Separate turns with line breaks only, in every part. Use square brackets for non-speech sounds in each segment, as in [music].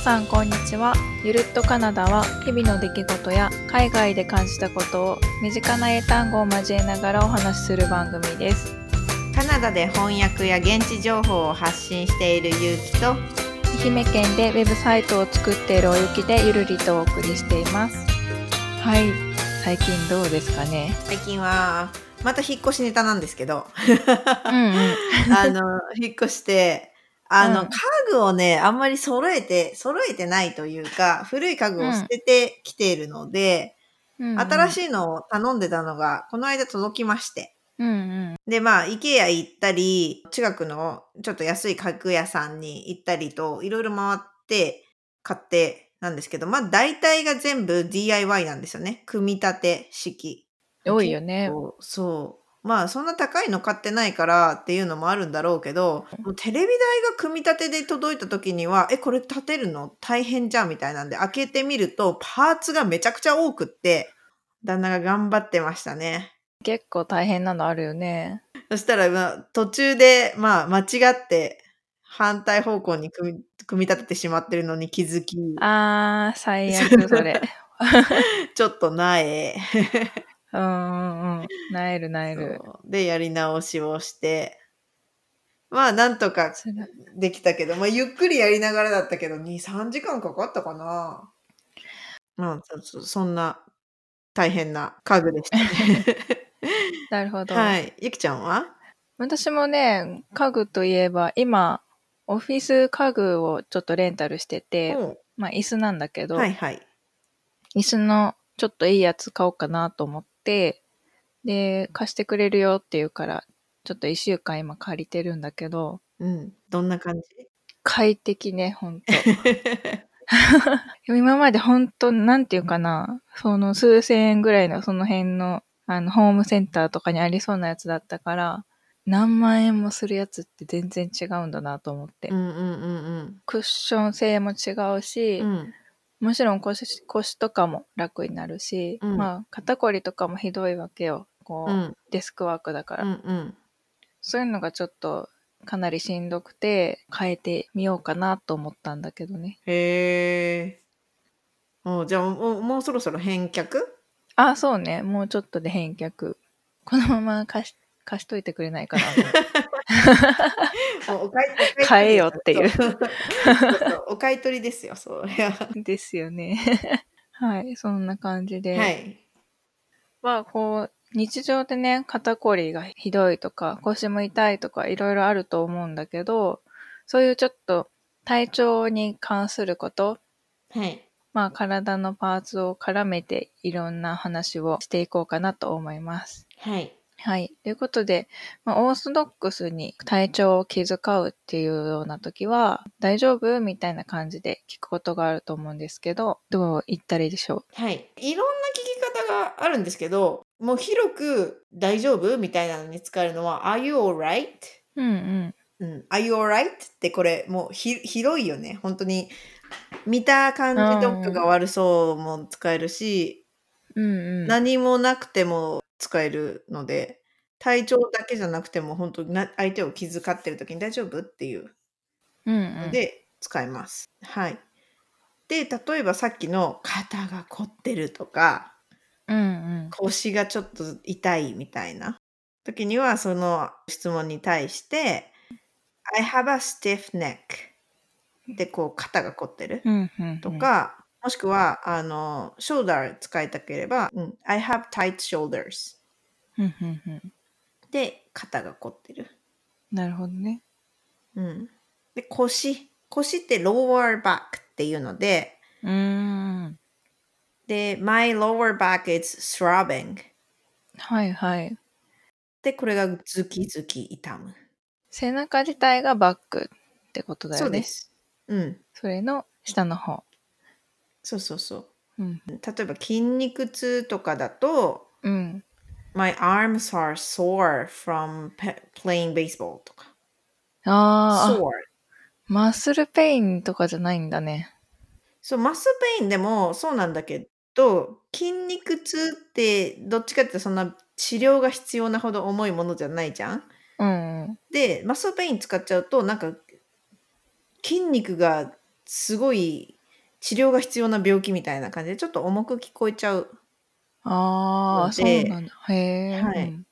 さんこんにちはゆるっとカナダは日々の出来事や海外で感じたことを身近な英単語を交えながらお話しする番組です
カナダで翻訳や現地情報を発信しているゆうきと
愛媛県でウェブサイトを作っているおゆきでゆるりとお送りしていますはい最近どうですかね
最近はまた引っ越しネタなんですけ
[laughs]
ど
うんうん
あの引っ越してあの、
うん
家具をねあんまり揃えて揃えてないというか古い家具を捨ててきているので、
うんうん
新しいのを頼んでたのがこの間届きまして
うんうん
でまあ IKEA 行ったり近くのちょっと安い家具屋さんに行ったりといろいろ回って買ってなんですけどまあ大体が全部 DIY なんですよね組み立て式
多いよね
そうそうまあそんな高いの買ってないからっていうのもあるんだろうけどもうテレビ台が組み立てで届いた時にはえこれ立てるの大変じゃんみたいなんで開けてみるとパーツがめちゃくちゃ多くって旦那が頑張ってましたね
結構大変なのあるよね
そしたら、まあ、途中で、まあ、間違って反対方向に組み組み立ててしまってるのに気
[laughs]
づき、
あー最悪そ [laughs] れ
ちょっとなえ。
うんうんうんなえるなえる
そうで、やり直しをして、まあ、なんとか
それ
できたけど、まあ、ゆっくりやりながらだったけど、2、3時間かかったかな。うん、そそそんな大変な家具でしたね。
なるほ [laughs] ど、
はい。ゆきちゃんは
私もね家具といえば今オフィス家具をちょっとレンタルしてて、
うん
まあ椅子なんだけど、
はいはい。
椅子のちょっといいやつ買おうかなと思ってで貸してくれるよっていうからちょっと1週間今借りてるんだけど
うん。どんな感じ
快適ねほ
[laughs]
んと今までほんとなんていうかなその数千円ぐらいのその辺のあのホームセンターとかにありそうなやつだったから何万円もするやつって全然違うんだなと思って、
うんうんうん
クッション性も違うし、
うん。うん。
もちろん腰腰とかも楽になるし、
うん
まあ肩こりとかもひどいわけよこう、
うん
デスクワークだから、
うんうん。
そういうのがちょっとかなりしんどくて変えてみようかなと思ったんだけどね
へえ。おじゃあもうもうそろそろ返却
あそうねもうちょっとで返却このまま貸し貸しといてくれないかな
もうお買いお買い取り
買えよっていう
そうそうそうお買い取りですよ、そりゃ。は
ですよね [laughs] はいそんな感じで、
い。
まあこう日常でね肩こりがひどいとか腰も痛いとかいろいろあると思うんだけどそういうちょっと体調に関すること
はい。
まあ体のパーツを絡めていろんな話をしていこうかなと思います。
はい。
はい。ということで、まあ、オーソドックスに体調を気遣うっていうような時は、大丈夫みたいな感じで聞くことがあると思うんですけど、どう言ったらいいでしょう
はい。いろんな聞き方があるんですけど、もう広く大丈夫みたいなのに使えるのは、Are you alright?
うんうん。
うん、Are you alright? ってこれもうひ広いよね。本当に見た感じどっかが悪そうも使えるし、
うんうん。
何もなくても使えるので体調だけじゃなくても本当にな相手を気遣ってる時に大丈夫っていう
うんう
の
ん、
で使います。はい。で例えばさっきの肩が凝ってるとか
うんうん。
腰がちょっと痛いみたいな時にはその質問に対して「I have a stiff neck」でこう肩が凝ってる
うんうんうん
と、か、もしくはあの shoulder 使いたければ「うん、I have tight shoulders」
うんうんうん、
で肩が凝ってる、
なるほどね。
うん、で腰腰って lower back っていうので
うーん。
で my lower back is throbbing
はいはい。
でこれがズキズキ痛む、
背中自体がバックってことだよね。
そうで。すうん
それの下の方。
そうそうそう
うん。
例えば筋肉痛とかだと
うん。
my arms are sore from pe- playing baseball とか
あー
sore
あ、マッスルペインとかじゃないんだね。
そうマッスルペインでもそうなんだけど筋肉痛ってどっちかっていうとそんな治療が必要なほど重いものじゃないじゃん
うんうん。
でマッスルペイン使っちゃうとなんか筋肉がすごい治療が必要な病気みたいな感じでちょっと重く聞こえちゃう
ああ、そ
で
うなんだ。へえ、
はい
うん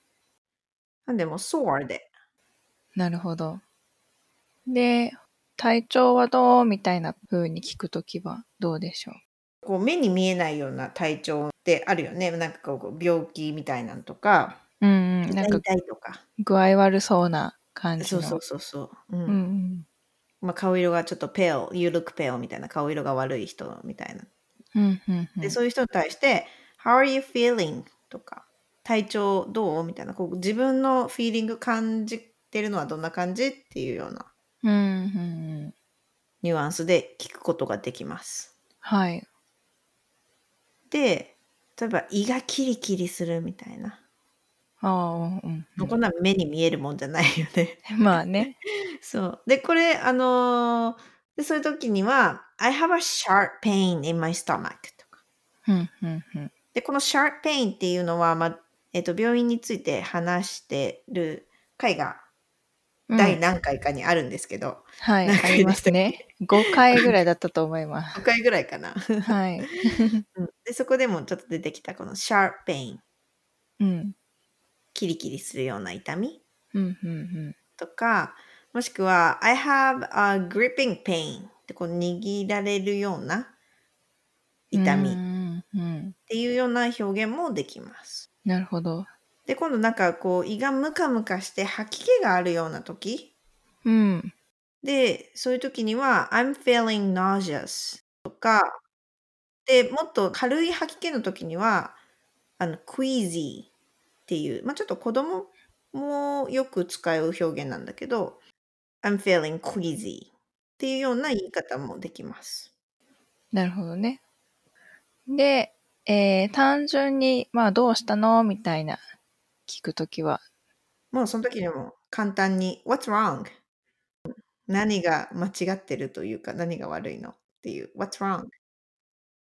なんでもう sore で
なるほど。で、体調はどうみたいな風に聞くときはどうでしょう
こう目に見えないような体調ってあるよねなんかこう病気みたいなのとか
うんうん、なん
痛
か
い痛いとか
具合悪そうな感じ
そ
の。
うそうそうそう、うん
うんうん。
まあ、顔色がちょっとペア you look pale みたいな顔色が悪い人みたいな
うんうんうん
で、そういう人に対して「How are you feeling?」とか「体調どう?」みたいなこう自分のフィーリング感じてるのはどんな感じっていうような
うんうんうん。
ニュアンスで聞くことができます。
はい。
で例えば胃がキリキリするみたいな、
ああ、うんうんうん。
こんなん目に見えるもんじゃないよね。 [laughs]
まあね。
そうでこれあのーでそういう時には「I have a sharp pain in my stomach」とか
うんうんうん。
でこの sharp pain っていうのは、まあえっと病院について話してる回が
うん
第何回かにあるんですけど、
はい、
何回
ありますね。5回ぐらいだったと思います。 [laughs]
5回ぐらいかな。 [laughs]
はい。
うんでそこでもちょっと出てきたこのシャープペイン
うん。
キリキリするような痛み
うんうんうん。
とかもしくは I have a gripping pain ってこう握られるような痛み
う
っ
んうん。
ていうような表現もできます。
なるほど。
で今度なんかこう胃がムカムカして吐き気があるような時
うん。
で、そういう時には、I'm feeling nauseous とか、で、もっと軽い吐き気の時には、あの、queasy っていう、まあちょっと子供もよく使う表現なんだけど、I'm feeling queasy っていうような言い方もできます。
なるほどね。で、えー単純に、まあ、どうしたのみたいな、聞くときは。
もうその時にも簡単に、What's wrong? 何が間違ってるというか、何が悪いのっていう、What's wrong?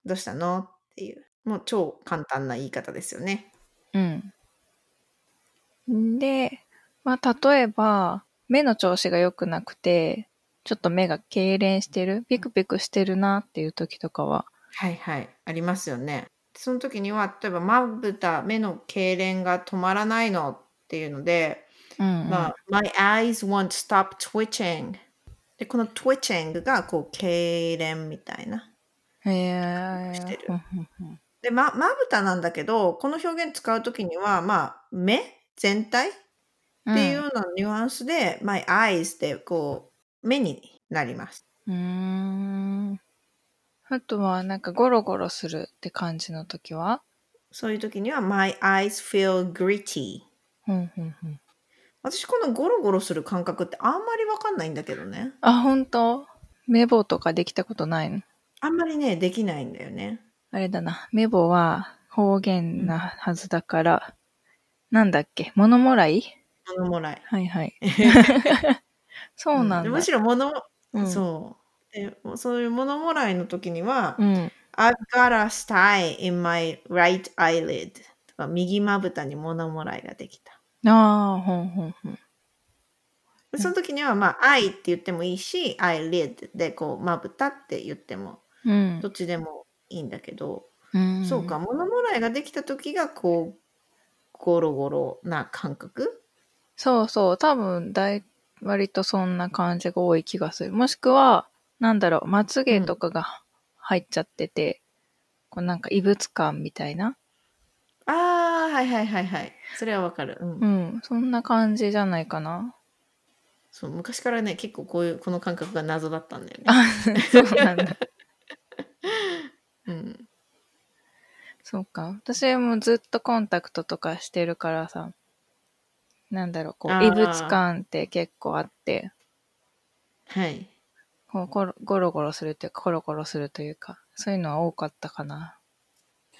どうしたのっていう、もう超簡単な言い方ですよね。
うん。で、まあ、例えば、目の調子が良くなくて、ちょっと目が痙攣してる、ピクピクしてるなっていう時とかは、
はいはい、ありますよね。その時には、例えば、まぶた、目の痙攣が止まらないのっていうので、
うん、うん。
まあ、My eyes won't stop twitching。で、この twitching が、こう、痙攣みたいな。
へえ
してる
うんうんうん
で、ま、まぶたなんだけど、この表現使う時には、まあ、目全体っていうようなニュアンスで、My eyes で、こう、目になります。
うーん。あとは、なんかゴロゴロするって感じの時は
そういう時には、My eyes feel gritty。
うんうんうん。
私、このゴロゴロする感覚ってあんまりわかんないんだけどね。
あ、本当メボとかできたことないの
あんまりね、できないんだよね。
あれだな。メボは方言なはずだから、なんだっけ物もらい
物もらい。
はいはい。 [laughs] そうなんだ。
むしろ物、
うん
そう。でもうそういう物もらいの時には、
うん。
I've got a sty in my right eyelid とか右まぶたに物もらいができた。
ああ、ほんほんほん。
でその時には、まあ、eye って言ってもいいし、eyelid でこう、まぶたって言っても、
うん
どっちでもいいんだけど、
うん。
そうか、。物もらいができた時が、こう、ゴロゴロな感覚
そうそう。多分だい、割とそんな感じが多い気がする。もしくは、なんだろう、まつげとかが入っちゃってて、こうなんか異物感みたいな。
ああ、はいはいはいはい。それはわかる。うん
うん。そんな感じじゃないか
[laughs]
な。
そう昔からね結構こういうこの感覚が謎だったんだよね。
あ、そうなんだ。
うん、
そうか。私もずっとコンタクトとかしてるからさ、なんだろう、こ
あ
う、
ー
異物感って結構あって、
はい。
こうゴロゴロゴロするというか、コロコロするというか、そういうのは多かったかな。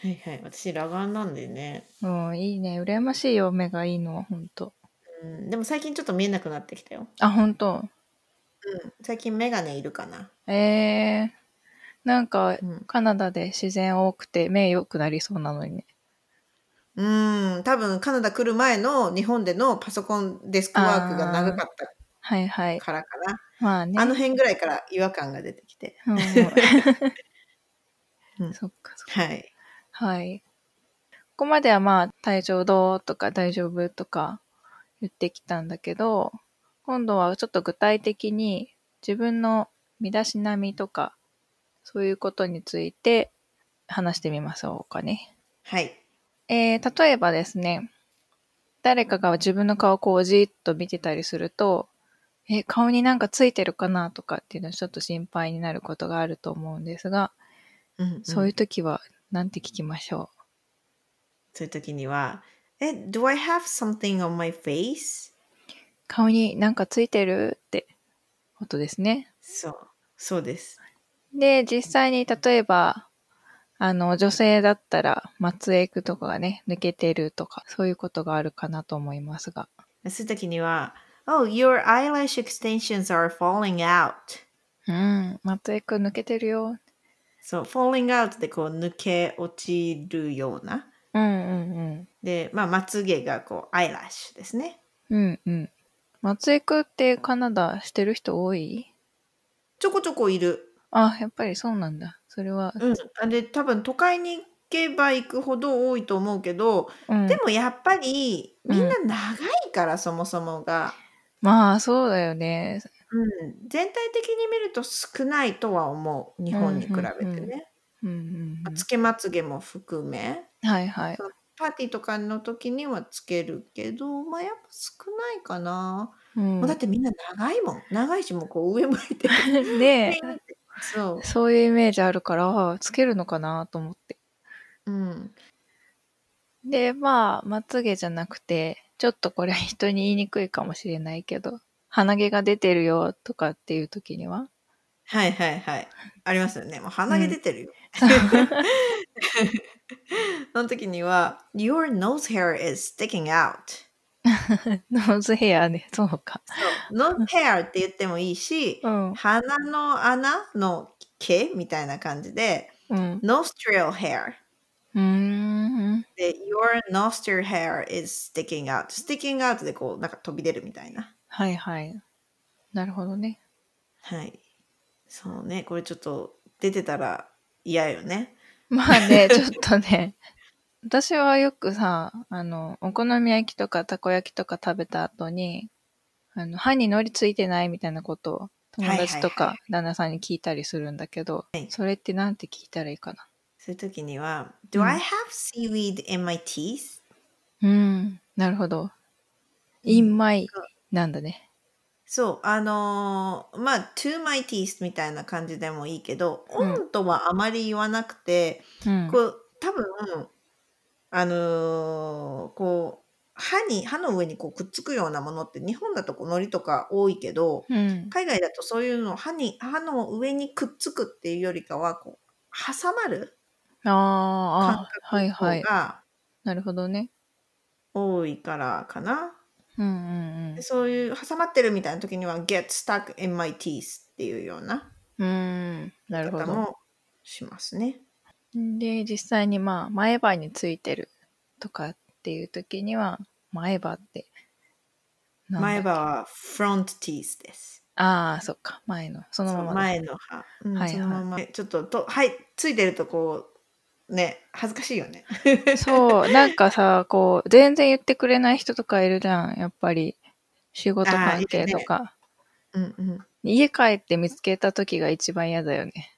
はいはい。私裸眼なんでね、
うん、いいね。羨ましいよ、目がいいのは、ほんと。
うん。でも最近ちょっと見えなくなってきたよ。
あ、ほんと。
うん、最近メガネいるかな。
ええなんか、
うん、
カナダで自然多くて、目良くなりそうなのにね。
うん多分カナダ来る前の日本でのパソコンデスクワークが長かっ
はいはい
た。からかな。
まあね。 [laughs]
あの辺ぐらいから違和感が出てきて。
うん
[laughs] うん
そっかそっか。
はい。
はい。ここまではまあ、体調どうとか大丈夫とか言ってきたんだけど、今度はちょっと具体的に自分の身だしなみとか、そういうことについて話してみましょうかね。
はい。
えー例えばですね、誰かが自分の顔をこうじーっと見てたりすると、え、顔になんかついてるかなとかっていうのちょっと心配になることがあると思うんですが、
うんうん
そういう時はなんて聞きましょ
そういう時には、え、do I have something on my face?
う顔になんかついてるってことですね。
そう。そうです。
で、実際に例えば、あの、女性だったら、松江区とかがね、抜けてるとか、そういうことがあるかなと思いますが。
そういう時には、Oh, your eyelash extensions are falling out.
うん、松江区抜けてるよ。
そう、falling out でこう抜け落ちるような。
うんうんうん。
で、まあ、まつげがこう、アイラッシュですね。
うんうん。松江区ってカナダしてる人多い
ちょこちょこいる。
あ、やっぱりそうなんだ。それは。
うん。あれ、多分都会に行けば行くほど多いと思うけど、
うん、
でもやっぱりみんな
う
長いから、そもそもが、
まあそうだよね。
うん、全体的に見ると少ないとは思う日本に比べて
うんうん
ね、
うんうんうん
つけまつげも含め
うん。はいはい。
パーティーとかの時にはつけるけどまあやっぱ少ないかな、
うん
もうだってみんな長いもん長いしもうこう上向い
[laughs]
て
ね
そ
そういうイメージあるから、あつけるのかなと思って。
う、うん、
で、まあ、まつげじゃなくて、ちょっとこれは人に言いにくいかもしれないけど、鼻毛が出てるよとかっていう時には、 [laughs]
はいはいはいありますよねもう鼻毛出てるよ、その時には「Your nose hair is sticking out」
ノーズヘアね、そうか。
ノーヘアって言ってもいいし、
うん。
鼻の穴の毛みたいな感じで、
うん。
nostril hair
うーん。
で、your nostril hair is sticking out. sticking out でこう、なんか飛び出るみたいな。
はいはい。なるほどね。
はい。そうね、これちょっと出てたら嫌よね。
まあね、 [laughs] ちょっとね。私はよくさ、あの、お好み焼きとかたこ焼きとか食べた後に、あの、歯に海苔ついてないみたいなことを友達と
はいはい
か旦那さんに聞いたりするんだけど、
はい
それってなんて聞いたらいいかな。
そういう時には、do
うん
I have seaweed in my teeth?
うん、なるほど。in my なんだね。
そう、あのーまあ、to my teeth みたいな感じでもいいけど、
うん
on とはあまり言わなくて、
うん。
こう多分あのーこう歯に歯の上にこうくっつくようなものって日本だとこう海苔とか多いけど
うん。
海外だとそういうの歯に歯の上にくっつくっていうよりかはこう挟まる
あー
感
あー、
覚
はい
の
は
方
い。
が
なるほどね。
多いからかな、
うんうん
でそういう挟まってるみたいな時には「get stuck in my teeth」っていうような
うん。うん、なるほ
方
ど。
もしますね。
で実際にまあ前歯についてるとかっていう時には前歯ってなんだ
前歯は front teeth です。
ああそっか前のそのままだ
前の歯、うん
はいはい
そのままちょっととはいついてるとこうね恥ずかしいよね
そうなんかさこう全然言ってくれない人とかいるじゃんやっぱり仕事関係とか、
うんうん
家帰って見つけた時が一番嫌だよ
[laughs]
ね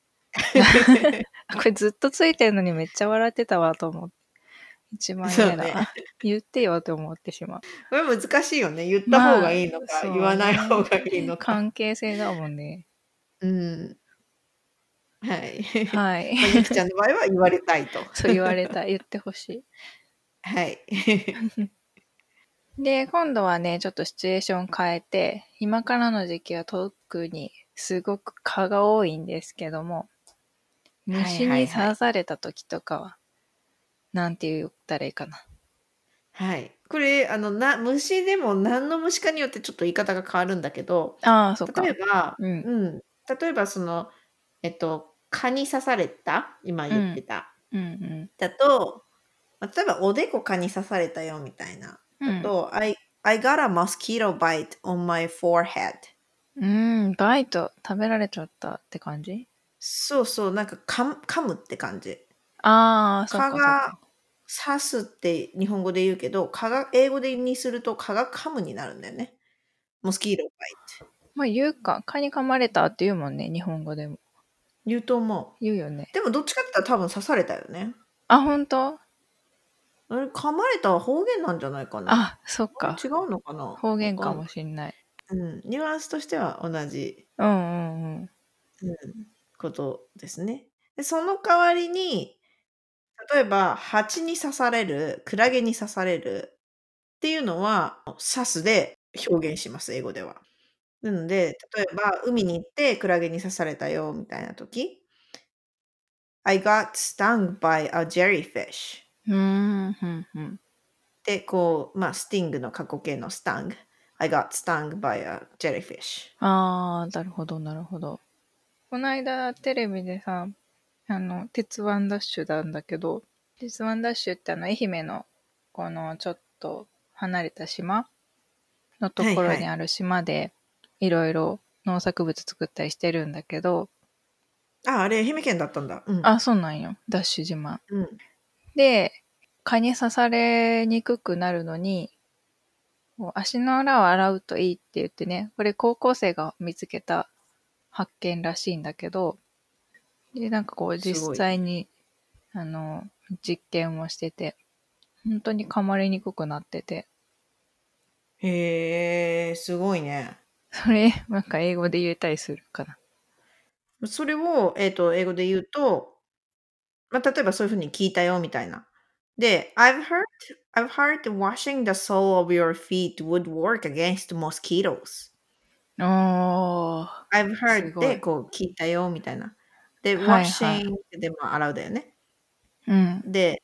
あこれずっとついてるのにめっちゃ笑ってたわと思って一番嫌だ、
そうね
言ってよって思ってしまう
これ難しいよね言った方がいいのか、
まあそう
言わない方がいいのか、
関係性だもん
[laughs]
ね
うん
[laughs]
はい
はい
まあゆきちゃんの場合は言われたいと
そう言われた。言ってほし
はい
い。で、今度はね、ちょっとシチュエーション変えて、今からの時期は特にすごく蚊が多いんですけども、
はいはい
虫に刺された時とかは、なんて言ったらいいかな。
はいこれあのな虫でも何の虫かによってちょっと言い方が変わるんだけど
ああ、そっか。
例えば、
う
うん
ん。
例えばそのえっと蚊に刺された今言ってた、
うんうん。
だと、まあ例えばおでこ蚊に刺されたよみたいな。
うん
と、I, I got a mosquito bite on my forehead.
うん、バイト食べられちゃったって感じ
そうそう、なんかかむ噛むって感じ。
ああ、そっかそ
蚊
っか
が。刺すって日本語で言うけど、蚊が英語でにすると蚊が噛むになるんだよね。モスキーロバイって。
まあ言うか、蚊に噛まれたって言うもんね、日本語でも。
言うと思
言うよね
う。。でもどっちかって言ったら多分刺されたよね。
あ、本当
あれ噛まれたは方言なんじゃないかな。
あ、そっか。
違うのかな
方言か
わ
も
ん
しんない。
うん。ニュアンスとしては同じ
うんうんうん。
うんことですね。でその代わりに例えば蜂に刺されるクラゲに刺されるっていうのは刺すで表現します英語では。なので例えば海に行ってクラゲに刺されたよみたいな時 I got stung by a jellyfish
うーん、うん、うん。
でこうまあスティングの過去形の stung I got stung by a jellyfish
ああ、なるほど、なるほど。この間、テレビでさ、あの、鉄腕ダッシュなんだけど、鉄腕ダッシュってあの、愛媛の、この、ちょっと離れた島のとこ
は
ろ
いはい
にある島で、いろいろ農作物作ったりしてるんだけど、
ああれ愛媛県だったんだうん
あ、そうなんよ。ダッシュ島。
うん
で、蚊に刺されにくくなるのに、こう足の裏を洗うといいって言ってね、これ高校生が見つけた発見らしいんだけど、で、なんかこう
すごい
実際に、あの、実験をしてて、本当に噛まれにくくなってて、
へえすごいね
それ、なんか英語で言えたりするかな。
それを、えっと英語で言うと、まあ、例えばそういうふうに聞いたよみたいな。で、I've heard, I've heard washing the sole of your feet would work against mosquitoes.
おー、
I've
す
heard
ごい
でこう聞いたよみたいな。で、
はいはい
washing でまあ洗うだよね。
うん、
で、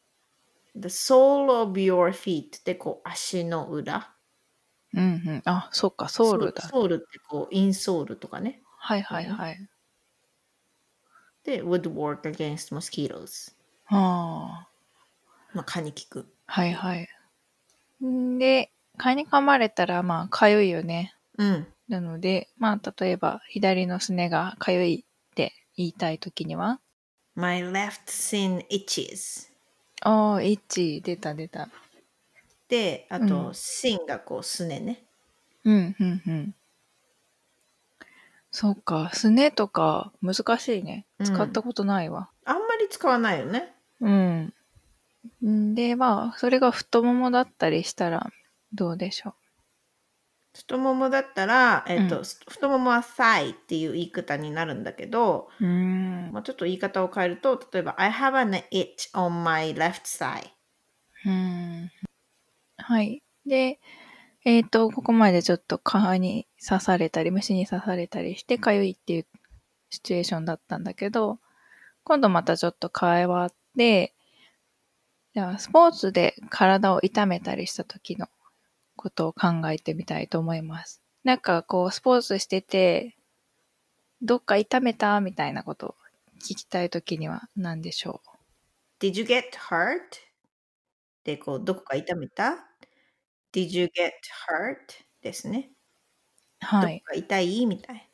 the sole of your feet でこう足の裏。
うん、うん。あ、そっか、ソウルだ。
ソールってこうインソールとかね。
はいはいはい。
で、would work against mosquitoes。
あー。
まあ蚊に効く。
はいはい。んで、蚊に噛まれたら、まあ、かゆいよね。
うん。
なので、まあ、例えば、左のすねがかゆいって言いたいときには、
My left sin itches.
ああ、エッチ、出た出た。
で、あ
う
と、
ん
シンがこう、すねね。
うん、うん、うん。そうか、すねとか、難しいね。
うん
使ったことないわ。
あんまり使わないよね。
うん。んで、まあ、それが太ももだったりしたら、どうでしょう。
太ももだったら、えっ、と、
うん
太ももは thigh っていう言い方になるんだけど、
うーん。
まあ、ちょっと言い方を変えると、例えば、I have an itch on my left side.
うんはい。で、えっ、と、ここまでちょっと蚊に刺されたり、虫に刺されたりして、かゆいっていうシチュエーションだったんだけど、今度またちょっと変わって、じゃあ、スポーツで体を痛めたりした時のことを考えてみたいと思います。なんかこう、スポーツしてて、どっか痛めたみたいなことを聞きたい時には何でしょ
Did you get hurt? で、こう、どこか痛めた ?Did you get hurt? ですね。
うはい。
どこか痛いみたい。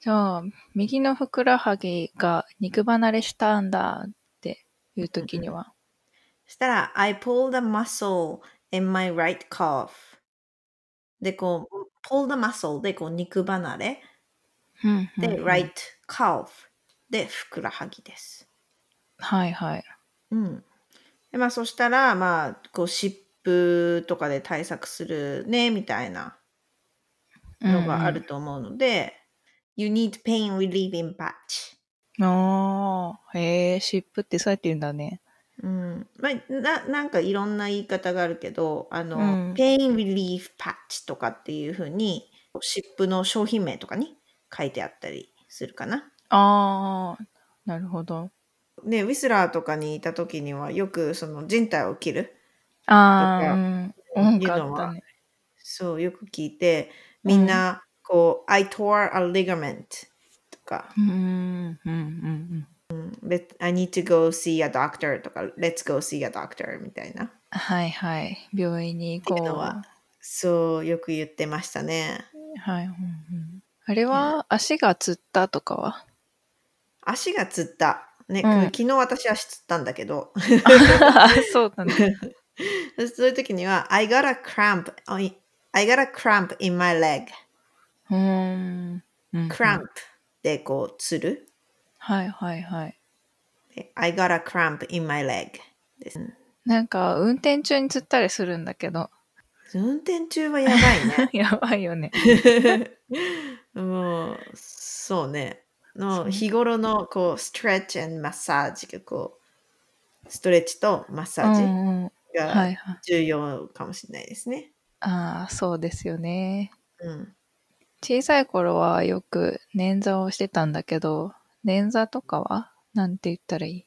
じゃあ、右のふくらはぎが肉離れしたんだっていう時には、
そしたら、I pulled a muscle in my right calf. で、こう、pulled a muscle で、こう、肉離れ。
うん
で、
うんうん
right calf で、ふくらはぎです。
はいはい。
うん。で、まあ、そしたら、まあ、こう、湿布とかで対策するね、みたいなのがあると思うので、You need pain relieving patch.
うんうん。ああ、へえ、湿布ってそうやって言うんだね。
うんまあ、ななんかいろんな言い方があるけどあの、
うん
Pain Relief Patch とかっていうふうに湿布の商品名とかに書いてあったりするかな。
ああ、なるほど。
ね、ウィスラーとかにいた時にはよくその人体を切る
あ
と
あ、
か
うん。
い
多か
うの
った
は
ね。
そうよく聞いてみんなこう、I tore a ligament とか、
うん、うん、うん、うん。
Let- I need to go see a doctor とか Let's go see a doctor みたいな
はいはい。病院に行
っていうの
こ
はそうよく言ってましたね。 [laughs]
う。はい。うんうんあれは、足がつったとかは
足がつった。ね、
うん
昨日私足つったんだけど、 [laughs]
そうなんだ。
そういう時には、I got a cramp, I got a cramp in my leg.
[laughs] うーん。うんうん
cramp でこう、つる。
はいはいはい。
で I got a cramp in my leg.
なんか、運転中に釣ったりするんだけ [laughs] ど、
運転中はやばいね。
やばいよね。 [laughs]
もうそうね
そ
の
う
日頃のこうストレッチマッサージがこうストレッチとマッサ
う
ー
んうん、
ジ
は
が
いはい。
重要かもしれないですね。
ああ、そうですよね。
うん
小さい頃はよく捻挫をしてたんだけど、捻挫とかはなんて言ったらいい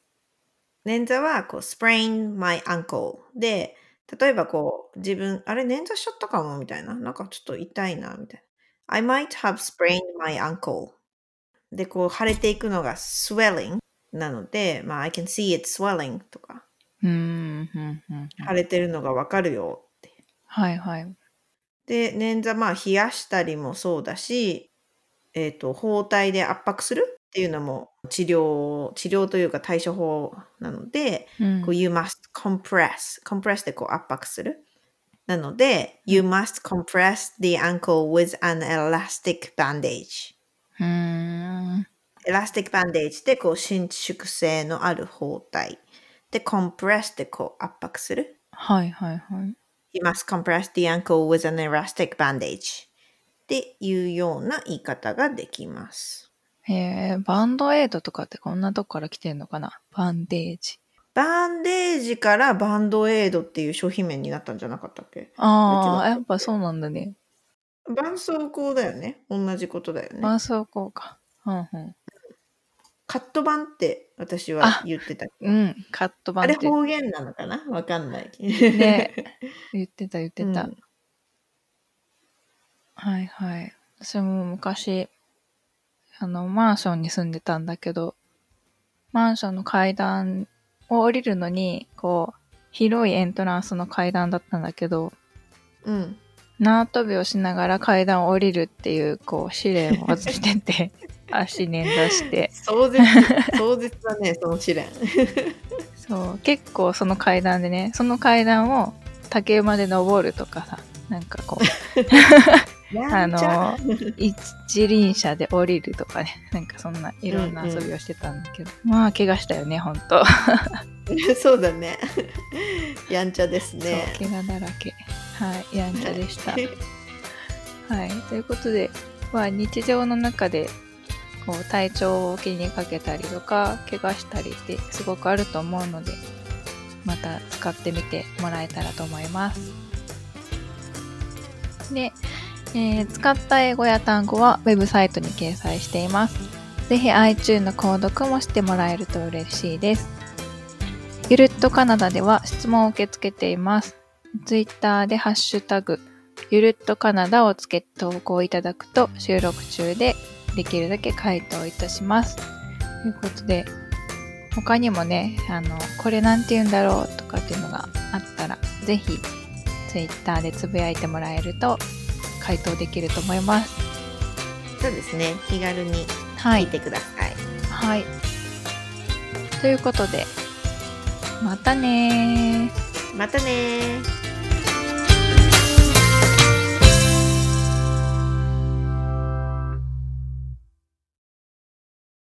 捻挫はこう sprain my ankle で例えばこう自分あれ捻挫しちゃったかもみたいななんかちょっと痛いなみたいな I might have sprained my ankle でこう腫れていくのが swelling なのでまあ I can see it swelling とか
うーん、うん、うん。
腫れてるのがわかるよって
はいはい。
で捻挫まあ冷やしたりもそうだし、えー、と包帯で圧迫するっていうのも治療治療というか対処法なので、
うん
こう You must compress compress でこう圧迫するなので、You must compress the ankle with an elastic bandage
うーん。
エラスティックバンデージでこう伸縮性のある包帯で compress でこう圧迫する
はいはいはい。
You must compress the ankle with an elastic bandage っていうような言い方ができます。
えー、バンドエイドとかってこんなとこから来てんのかなバンデージ。
バンデージからバンドエイドっていう商品名になったんじゃなかったっけ
あ
うち
あ、
の
やっぱそうなんだね。
絆創膏だよね。同じことだよね。
絆創膏か。うんうん。
カット版って私は言ってた。あ
うん、カットバン
れ
って言っ
方言なのかなわかんない。
ね言ってた言ってた。
うん
はいはい。私も昔、あの、マンションに住んでたんだけど、マンションの階段を降りるのに、こう、広いエントランスの階段だったんだけど、 [laughs]
うん。
縄跳びをしながら階段を降りるっていう、こう、試練をつけてて、足捻挫して、
壮絶、壮絶だね、その試練。
そう、結構その階段でね、その階段を竹馬で登るとかさ、なんかこう、あ
やんちゃ [laughs]
の一輪車で降りるとかね [laughs] なんかそんないろんな遊びをしてたんだけど、まあ怪我したよねほんと、
そうだね。 [laughs] やんちゃですね。
そう怪我だらけはいやんちゃでした、はい、ということで、まあ、日常の中でこう体調を気にかけたりとか怪我したりってすごくあると思うのでまた使ってみてもらえたらと思います。で、えー使った英語や単語はウェブサイトに掲載しています。ぜひ iTune の購読もしてもらえると嬉しいです。ゆるっとカナダでは質問を受け付けています。Twitter でハッシュタグゆるっとカナダをつけて投稿いただくと収録中でできるだけ回答いたします。ということで、他にもね、あの、これなんて言うんだろうとかっていうのがあったら、ぜひ Twitter でつぶやいてもらえると回答できると思います。
[laughs] そうですね。気軽に
は
聞い
い。
てください。
はい。ということで、またねー。
またねー。